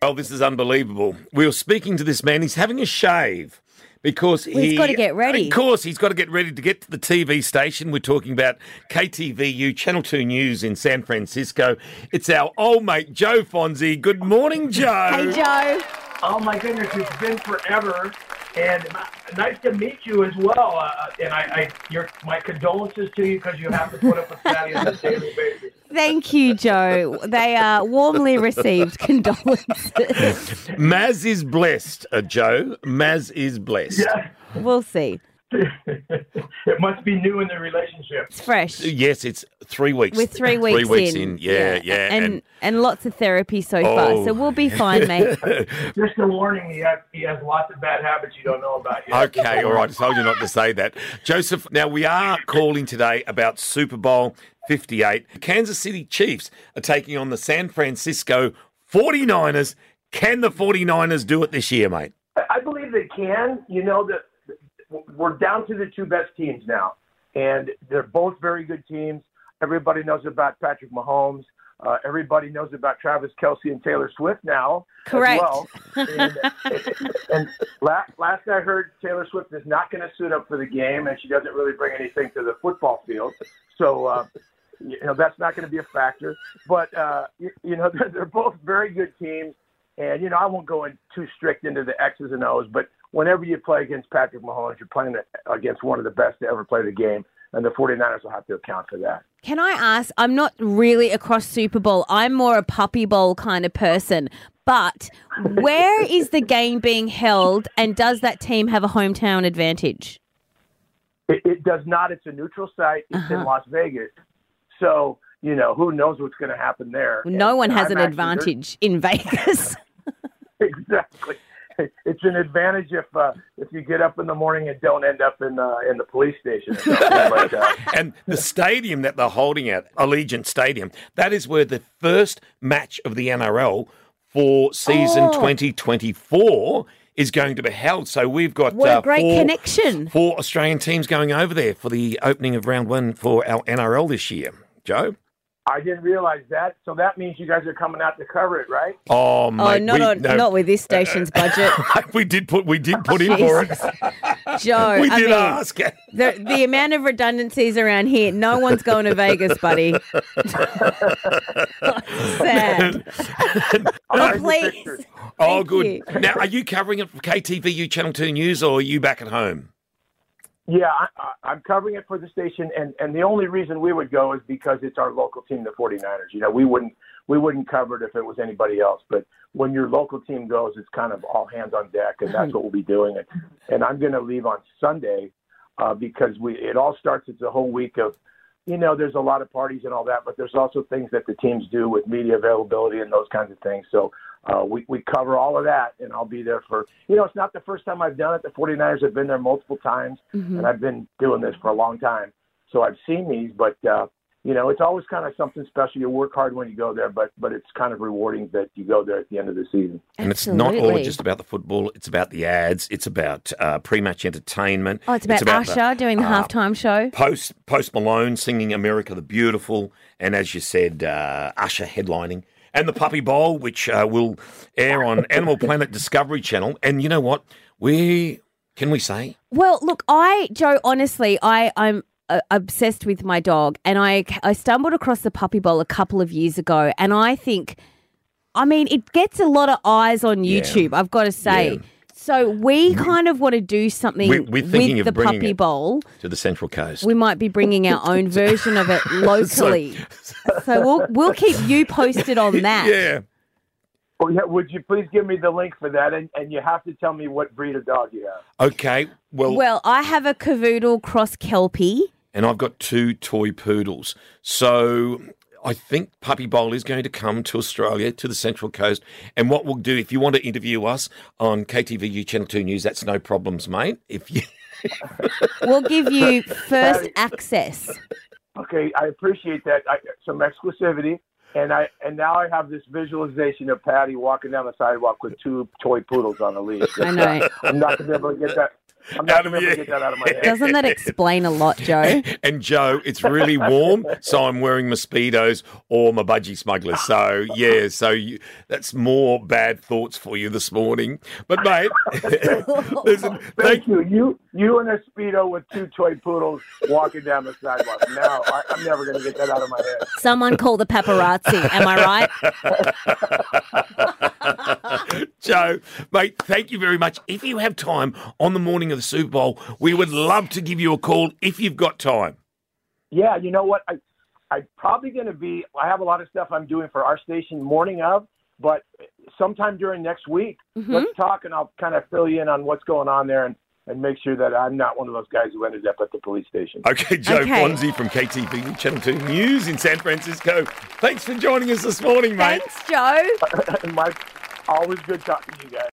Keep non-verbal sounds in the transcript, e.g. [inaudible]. Oh, this is unbelievable. We were speaking to this man. He's having a shave because Well, he's he- gotta get ready. Of course, he's got to get ready to get to the TV station. We're talking about KTVU Channel Two News in San Francisco. It's our old mate Joe Fonzie. Good morning, Joe. Hey, Joe. Oh my goodness, it's been forever, and uh, nice to meet you as well. Uh, and I, I your my condolences to you because you have to put up with Patty on a daily [laughs] basis. Thank you, Joe. They are warmly received. [laughs] Condolences. Maz is blessed, uh, Joe. Maz is blessed. Yeah, we'll see. it must be new in the relationship. It's fresh. Yes, it's three weeks. We're three weeks Three weeks in. in. Yeah, Oh. yeah. And, and lots of therapy so far. So we'll be [laughs] fine, mate. Just a warning, he has, he has lots of bad habits you don't know about yet. Okay, all right. I told you not to say that. Joseph, now we are calling today about Super Bowl 58. The Kansas City Chiefs are taking on the San Francisco 49ers. Can the 49ers do it this year, mate? I believe they can. You know that we're down to the two best teams now, and they're both very good teams. Everybody knows about Patrick Mahomes. Uh, everybody knows about Travis Kelsey and Taylor Swift now. Correct. As well. And, and la- last I heard, Taylor Swift is not going to suit up for the game, and she doesn't really bring anything to the football field. So uh, you know that's not going to be a factor. But uh, you, you know [laughs] they're, they're both very good teams, and you know I won't go in too strict into the X's and O's. But whenever you play against Patrick Mahomes, you're playing against one of the best to ever play the game, and the 49ers will have to account for that. Can I ask? I'm not really across Super Bowl. I'm more a puppy bowl kind of person. But where is the game being held, and does that team have a hometown advantage? It, it does not. It's a neutral site. It's Uh-huh. in Las Vegas, so. You know who knows what's going to happen there. No And one has an I'm actually very- advantage in Vegas. [laughs] exactly. It's an advantage if uh, if you get up in the morning and don't end up in uh, in the police station. Or something uh, like that. And the stadium that they're holding at, Allegiant Stadium, that is where the first match of the NRL for season Oh. 2024 is going to be held. So we've got What uh, a great four- connection. four Australian teams going over there for the opening of round one for our NRL this year. Joe? I didn't realize that. So that means you guys are coming out to cover it, right? Oh, mate, oh, not we, on, no. not with this station's budget, [laughs] we did put we did put in for it. Joe. We I did mean, ask. the, the amount of redundancies around here, no one's going to Vegas, [laughs] buddy. Sad. I'll send you please. pictures. oh, good. you. Now, are you covering it for KTVU Channel Two News, or are you back at home? Yeah, I, I, I'm covering it for the station, and and the only reason we would go is because it's our local team, the 49ers. You know, we wouldn't we wouldn't cover it if it was anybody else. But when your local team goes, it's kind of all hands on deck, and that's what we'll be doing. And and I'm going to leave on Sunday uh, because we it all starts. It's a whole week of you know, there's a lot of parties and all that, but there's also things that the teams do with media availability and those kinds of things. So uh, we, we cover all of that, and I'll be there for, you know, it's not the first time I've done it. The 49ers have been there multiple times, Mm-hmm. and I've been doing this for a long time. So I've seen these, but, uh, you know, it's always kind of something special. You work hard when you go there, but, but it's kind of rewarding that you go there at the end of the season. And it's not all Absolutely. just about the football. It's about the ads. It's about uh, pre-match entertainment. Oh, it's about, the- Usher doing the Ah. halftime show. Post Post Malone singing "America the Beautiful," and as you said, uh, Usher headlining, and the Puppy Bowl, which uh, will air on Animal Planet Discovery Channel. And you know what? We can we say Well, look, I Joe, honestly, I I'm uh, obsessed with my dog, and I I stumbled across the puppy bowl a couple of years ago, and I think, I mean, it gets a lot of eyes on YouTube. I've got to say. Yeah. Mm-hmm. So we kind of want to do something We- we're thinking with of the bringing puppy it. bowl. to the Central Coast? We might be bringing our [laughs] own version of it locally. so we'll we'll keep you [laughs] posted on that. yeah. Oh, yeah, would you please give me the link for that? And, and you have to tell me what breed of dog you have. Okay. Well, Well, I have a cavoodle cross kelpie. and I've got two toy poodles. So I think Puppy Bowl is going to come to Australia, to the Central Coast. And what we'll do, if you want to interview us on KTVU Channel 2 News, that's no problems, mate. If you. [laughs] We'll give you first access. Okay, I appreciate that. I, some exclusivity, and I and now I have this visualization of Patty walking down the sidewalk with two toy poodles on a leash. I know. I'm not gonna be able to get that. I'm not Adam, going to be able to yeah. get [laughs] that out of my head. Doesn't that explain a [laughs] lot, Joe? And Joe, it's really warm, so I'm wearing my speedos or my budgie smugglers. So yeah, so you, that's more bad thoughts for you this morning. But mate, [laughs] listen, thank Thank you. You you and a speedo with two toy poodles walking down the sidewalk. Now I, I'm never going to get that out of my head. Someone call the paparazzi. Am I right? Joe, mate, thank you very much. If you have time on the morning of the Super Bowl, we would love to give you a call if you've got time. Yeah, you know what? I, I'm probably going to be. I have a lot of stuff I'm doing for our station morning of, but sometime during next week, Mm-hmm. let's talk and I'll kind of fill you in on what's going on there and, and make sure that I'm not one of those guys who ended up at the police station. Okay, Joe Okay. Fonzie from KTV Channel 2 News in San Francisco. Thanks for joining us this morning, mate. Thanks, Joe. [laughs] Mike, always good talking to you guys.